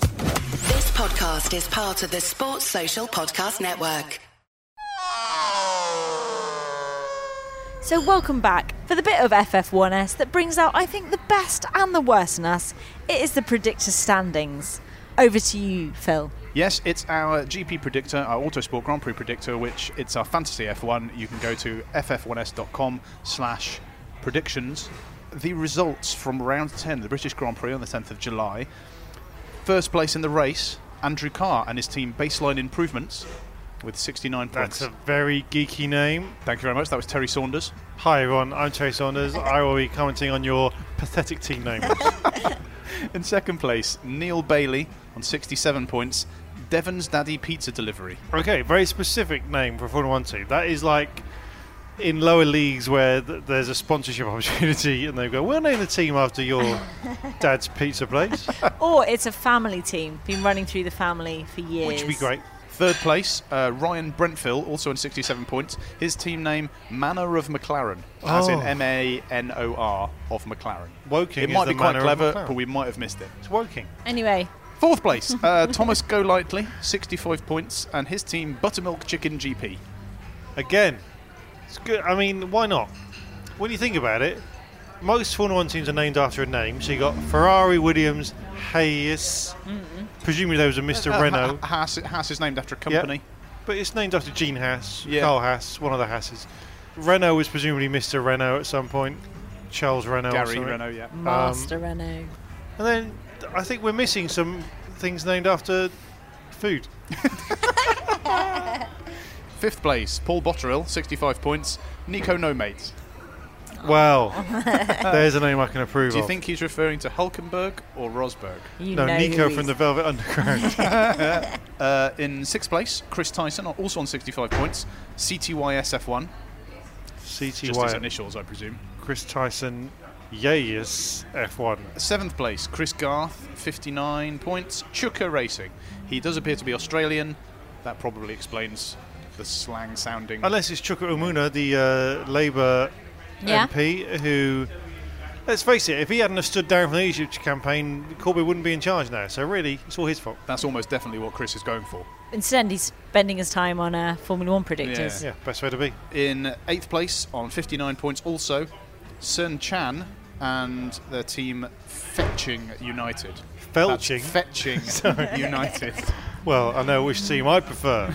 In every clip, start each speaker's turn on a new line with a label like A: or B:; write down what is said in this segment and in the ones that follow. A: This podcast is part of the Sports Social Podcast Network.
B: So, welcome back for the bit of FF1S that brings out, I think, the best and the worst in us. It is the predictor standings. Over to you, Phil.
C: Yes, it's our GP predictor, our Autosport Grand Prix predictor, which it's our fantasy F1. You can go to ff1s.com slash predictions. The results from round 10, the British Grand Prix on the 10th of July. First place in the race, Andrew Carr and his team Baseline Improvements with 69 points.
D: That's a very geeky name.
C: Thank you very much. That was Terry Saunders.
D: Hi everyone, I'm Terry Saunders. I will be commenting on your pathetic team names.
C: In second place, Neil Bailey on 67 points. Devon's Daddy Pizza Delivery.
D: okay, very specific name for a Formula One team. That is like in lower leagues where th- there's a sponsorship opportunity and they go, we'll name the team after your dad's pizza place,
B: Or it's a family team, been running through the family for years.
D: which would be great.
C: Third place, uh, Ryan Brentfell, also on 67 points. His team name, Manor of McLaren, as in
D: Oh.
C: M A N O R of McLaren.
D: Woking
C: It
D: is
C: might
D: the
C: be quite
D: manor of
C: clever,
D: McLaren.
C: but we might have missed it.
D: It's Woking.
B: Anyway,
C: Fourth place, uh, Thomas Golightly, 65 points, and his team, Buttermilk Chicken GP.
D: Again, it's good. I mean, why not? When you think about it, most Formula One teams are named after a name. So you got Ferrari, Williams, Hayes. Presumably there was a Mr.
C: Uh,
D: Renault.
C: Ha- Haas, Haas is named after a
D: Yeah.
C: company.
D: But it's named after Gene Haas,
C: Yeah.
D: Carl Haas, one of the Haas's. Renault was presumably Mr. Renault at some point. Charles Renault. or
C: Gary
D: something.
C: Renault, yeah.
D: Mm.
C: Uh,
B: Master Renault.
D: And then th- I think we're missing some things named after food.
C: Fifth place, Paul Botterill, 65 points. Nico No Mates.
B: Oh.
D: Well, there's a name I can approve
C: Do you
D: of.
C: think he's referring to Hulkenberg or Rosberg?
B: You
D: no,
B: know
D: Nico
B: who
D: from the
B: he's-
D: Velvet Underground.
C: Uh, in sixth place, Chris Tyson, also on 65 points. CTYSF1, just his
D: CTY.
C: initials, I presume.
D: Chris Tyson. Yes, F1.
C: Seventh place, Chris Garth, 59 points. Chuka Racing. He does appear to be Australian. That probably explains the slang sounding.
D: Unless it's Chuka Umuna, the uh, Labour
B: Yeah.
D: MP, who, let's face it, if he hadn't have stood down from the Egypt campaign, Corbyn wouldn't be in charge now. So really, it's all his fault.
C: That's almost definitely what Chris is going for.
B: Instead, he's spending his time on uh, Formula One predictors.
D: Yeah, best way to be.
C: In eighth place, on 59 points also, Sun Chan and their team Fetching United. That's
D: Felching.
C: Fetching United.
D: well, I know which team I prefer.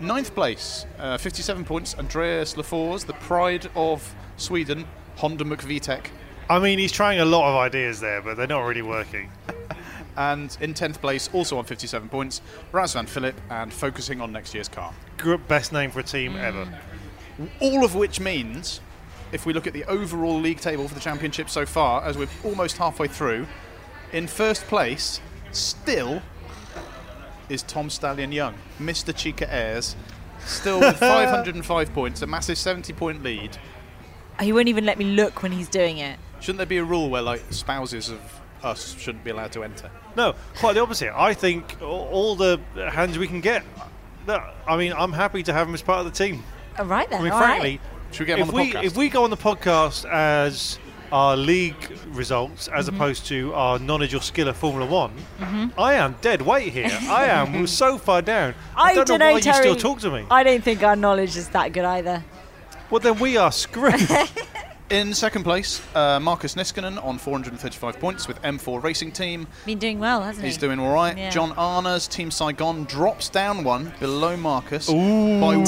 C: Ninth place, uh, 57 points, Andreas Lefors, the pride of Sweden, Honda McVitek.
D: I mean, he's trying a lot of ideas there, but they're not really working.
C: And in 10th place, also on 57 points, Razvan Philip and focusing on next year's car.
D: Gr- Best name for a team ever.
C: All of which means, if we look at the overall league table for the championship so far, as we're almost halfway through, in first place, still is Tom Stallion Young, Mr. Chica Ayres, still with 505 points, a massive 70 point lead.
B: He won't even let me look when he's doing it.
C: Shouldn't there be a rule where, like, spouses of us shouldn't be allowed to enter?
D: No, quite the opposite. I think a- all the hands we can get. No, I mean, I'm happy to have him as part of the team.
B: All right then.
D: I mean,
B: all right.
D: frankly,
C: Should we get him
D: if
C: on the
D: we
C: podcast?
D: if we go on the podcast as our league results,
B: Mm-hmm.
D: as opposed to our knowledge or skill of Formula One, I am dead weight here. I am so far down. I, don't know
B: dunno,
D: why
B: Terry.
D: you still talk to me.
B: I don't think our knowledge is that good either.
D: well, then we are screwed.
C: In second place, uh, Marcus Niskanen on 435 points with M4 Racing Team.
B: Been doing well, hasn't
C: He's
B: he?
C: doing all right.
B: Yeah.
C: John Arna's Team Saigon drops down one below Marcus by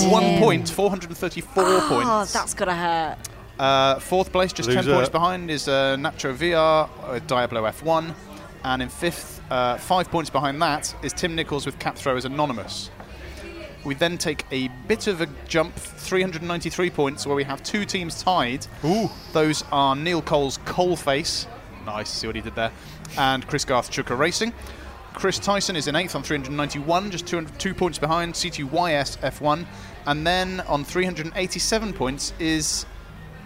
C: one point, 434
B: Oh,
C: points.
B: that's gotta hurt.
C: Uh, fourth place, just
D: Loser.
C: 10 points behind, is uh, Nacho VR, uh, Diablo F1. And in fifth, uh, five points behind that, is Tim Nichols with Cap Throwers Anonymous. We then take a bit of a jump, 393 points, where we have two teams tied.
D: Ooh.
C: Those are Neil Cole's Coalface. Nice, see what he did there. And Chris Garth Chuka Racing. Chris Tyson is in eighth on 391, just two, two points behind CTYS F1. And then on 387 points is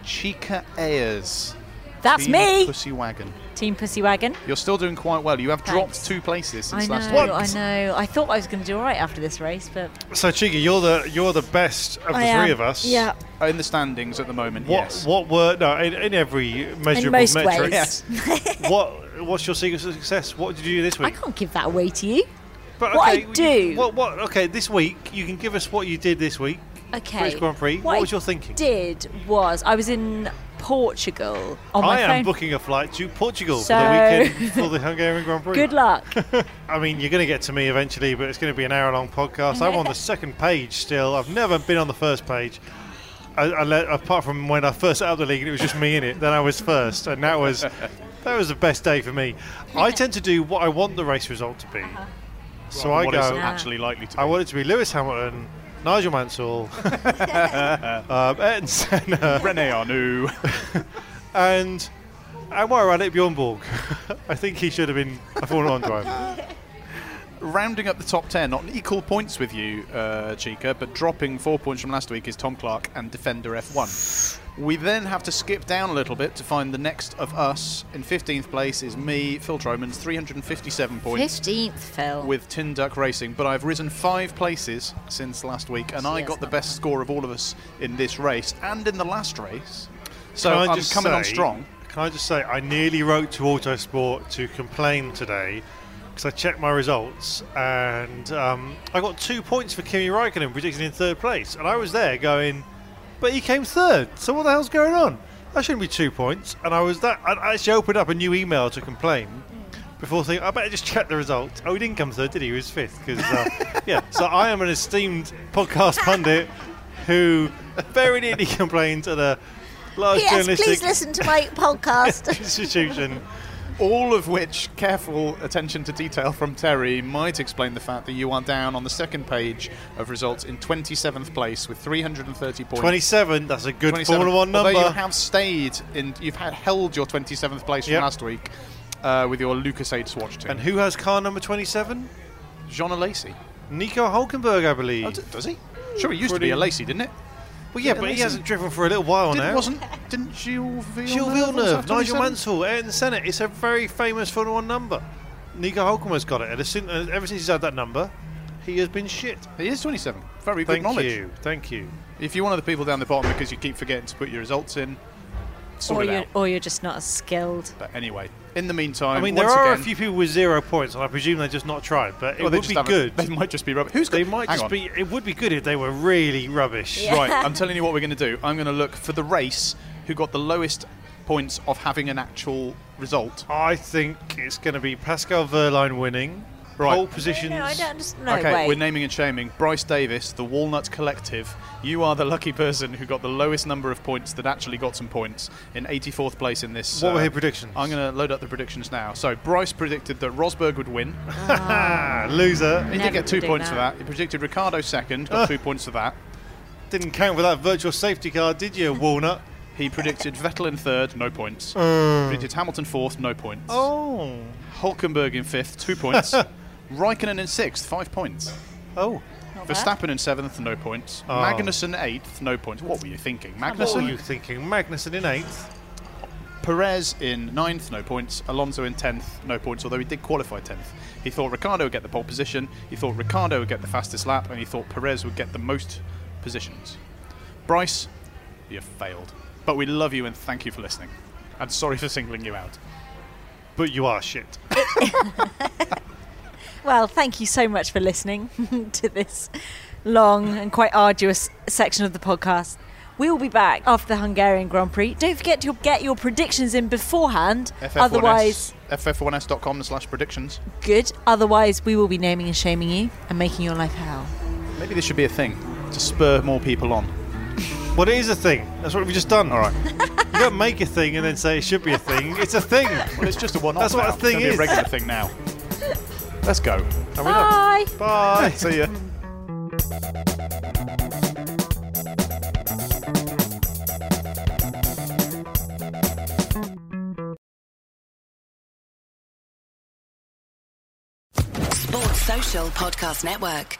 C: Chica Ayers.
B: That's
C: Team
B: me.
C: Pussy Wagon.
B: Team Pussy Wagon.
C: You're still doing quite well. You have
B: Thanks.
C: dropped two places since
B: I know,
C: last week.
B: I know. I thought I was going to do all right after this race, but
D: So Chiggy, you're the you're the best of the
B: I am.
D: three of us.
B: Yeah,
C: In the standings at the moment,
D: What
C: yes.
D: what were no in, in every measurable
B: most
D: metric?
B: ways.
C: Yes.
D: What what's your secret to success? What did you do this
E: I
D: week?
E: can't give that away to you.
D: But,
E: what I
D: you-
E: do-
D: What what? Okay, this week you can give us what you did this week.
E: Okay.
D: British Grand Prix. What,
B: What I
D: was your thinking?
B: did was I was in Portugal on my
D: I
B: phone.
D: am booking a flight to Portugal
B: So-
D: for the weekend for the Hungarian Grand Prix.
B: Good luck.
D: I mean, you're going to get to me eventually, but it's going to be an hour long podcast. I'm on the second page still. I've never been on the first page. I, I let, apart from when I first set up the league and it was just me in it, then I was first, and that was that was the best day for me. I tend to do what I want the race result to be,
B: Uh-huh.
D: so I
C: what
D: go.
C: is actually likely to be.
D: I want it to be Lewis Hamilton, Nigel Mansell, um, Ayrton Senna,
C: Rene Arnoux.
D: and and while we're at it, Bjorn Borg. I think he should have been a Formula One driver.
C: Rounding up the top 10 on equal points with you, uh, Chica, but dropping four points from last week is Tom Clark and Defender F1. We then have to skip down a little bit to find the next of us. In 15th place is me, Phil Tromans, 357 points.
B: Fifteenth, Phil.
C: With Tin Duck Racing, but I've risen five places since last week, and I
E: Yes,
C: got the
E: not
C: best score of all of us in this race and in the last race. So
D: Can I
C: I'm
D: just
C: coming on
D: say-
C: strong.
D: Can I just say, I nearly wrote to Autosport to complain today because I checked my results and um, I got two points for Kimi Raikkonen predicted in third place, and I was there going, but he came third. So what the hell's going on? That shouldn't be two points. And I was that. I actually opened up a new email to complain. Before thinking, I better just check the results. Oh, he didn't come third, did he? He was fifth. Because uh, yeah, so I am an esteemed podcast pundit who very nearly complained at a large
E: Yes,
D: journalistic
E: please listen to my podcast.
D: institution.
C: All of which careful attention to detail from Terry might explain the fact that you are down on the second page of results in 27th place with 330 points.
D: 27, that's a good
C: 27.
D: Formula 1
C: Although
D: number.
C: you have stayed in, you've had held your 27th place
D: Yep.
C: from last week uh, with your Lucas Aid Swatch team.
D: and who has car number 27?
C: Jean Alacy.
D: Nico Hulkenberg, I believe.
C: Oh, d- does he? Sure, he used to be
D: Pretty-
C: Alacy, didn't it?
D: well, yeah,
C: yeah,
D: but he
C: amazing.
D: hasn't driven for a little while
C: Didn't,
D: now.
C: wasn't, didn't Gilles Villeneuve?
D: Gilles
C: also
D: Villeneuve,
C: have
D: Nigel
C: 27?
D: Mansell, Ayrton Senna. It's a very famous Formula 1 number. Nico Hulkenberg's got it. And as soon- uh, ever since he's had that number, he has been shit.
C: He is 27. Very good
D: Thank
C: knowledge.
D: you. Thank you.
C: If you're one of the people down the bottom because you keep forgetting to put your results in, sort
B: or
C: it
B: you're,
C: out.
B: or you're just not as skilled.
C: But anyway, in the meantime,
D: I mean, there
C: once
D: are
C: again,
D: a few people with zero points, and I presume they've just not tried, but it
C: Well, they
D: would
C: just
D: be
C: haven't-
D: good.
C: They might just be rubbish. Who's
D: They
C: got-
D: might
C: hang
D: just
C: on.
D: be. It would be good if they were really rubbish.
C: right. I'm telling you what we're going to do. I'm going to look for the race who got the lowest points of having an actual result.
D: I think it's going to be Pascal Verline winning.
C: Right.
D: Pole positions.
B: No, I don't understand. No
C: okay,
B: way.
C: we're naming and shaming Bryce Davis, the Walnut Collective. You are the lucky person who got the lowest number of points that actually got some points in 84th place in this. uh,
D: What were his predictions?
C: I'm going to load up the predictions now. So Bryce predicted that Rosberg would win.
D: Ah, loser.
B: Oh,
C: He
B: Never
C: did get two
B: predict
C: points for
B: that.
C: that. He predicted Ricardo second, got
D: Ugh.
C: two points for that.
D: Didn't count for that virtual safety car, did you, Walnut?
C: He predicted Vettel in third, no points. Predicted Hamilton fourth, no points.
D: Uh. Oh.
C: Hulkenberg in fifth, two points. Raikkonen in sixth, five points.
D: Oh.
B: Not bad.
C: Verstappen in seventh, no points. Magnussen eighth, no points. What were you thinking?
D: What were
C: Magnussen.
D: you thinking? Magnussen in eighth.
C: Perez in ninth, no points. Alonso in tenth, no points. Although he did qualify tenth. He thought Ricardo would get the pole position. He thought Ricardo would get the fastest lap, and he thought Perez would get the most positions. Bryce, you failed. But we love you and thank you for listening. And sorry for singling you out.
D: But you are shit.
B: Well, thank you so much for listening to this long and quite arduous section of the podcast. We will be back after the Hungarian Grand Prix. Don't forget to get your predictions in beforehand.
C: FF1S,
B: Otherwise,
C: ff1s.com slash predictions.
B: good. Otherwise, we will be naming and shaming you and making your life hell.
C: Maybe this should be a thing to spur more people on.
D: Well, it is a thing. That's what we've just done. All right. you don't make a thing and then say it should be a thing. It's a thing.
C: Well, it's just a one-off.
D: That's what
C: now.
D: a thing
C: it's gonna
D: is.
C: Be a regular thing now. Let's go.
D: Are we
B: Bye.
D: not? Bye.
C: See ya.
A: Social Podcast Network.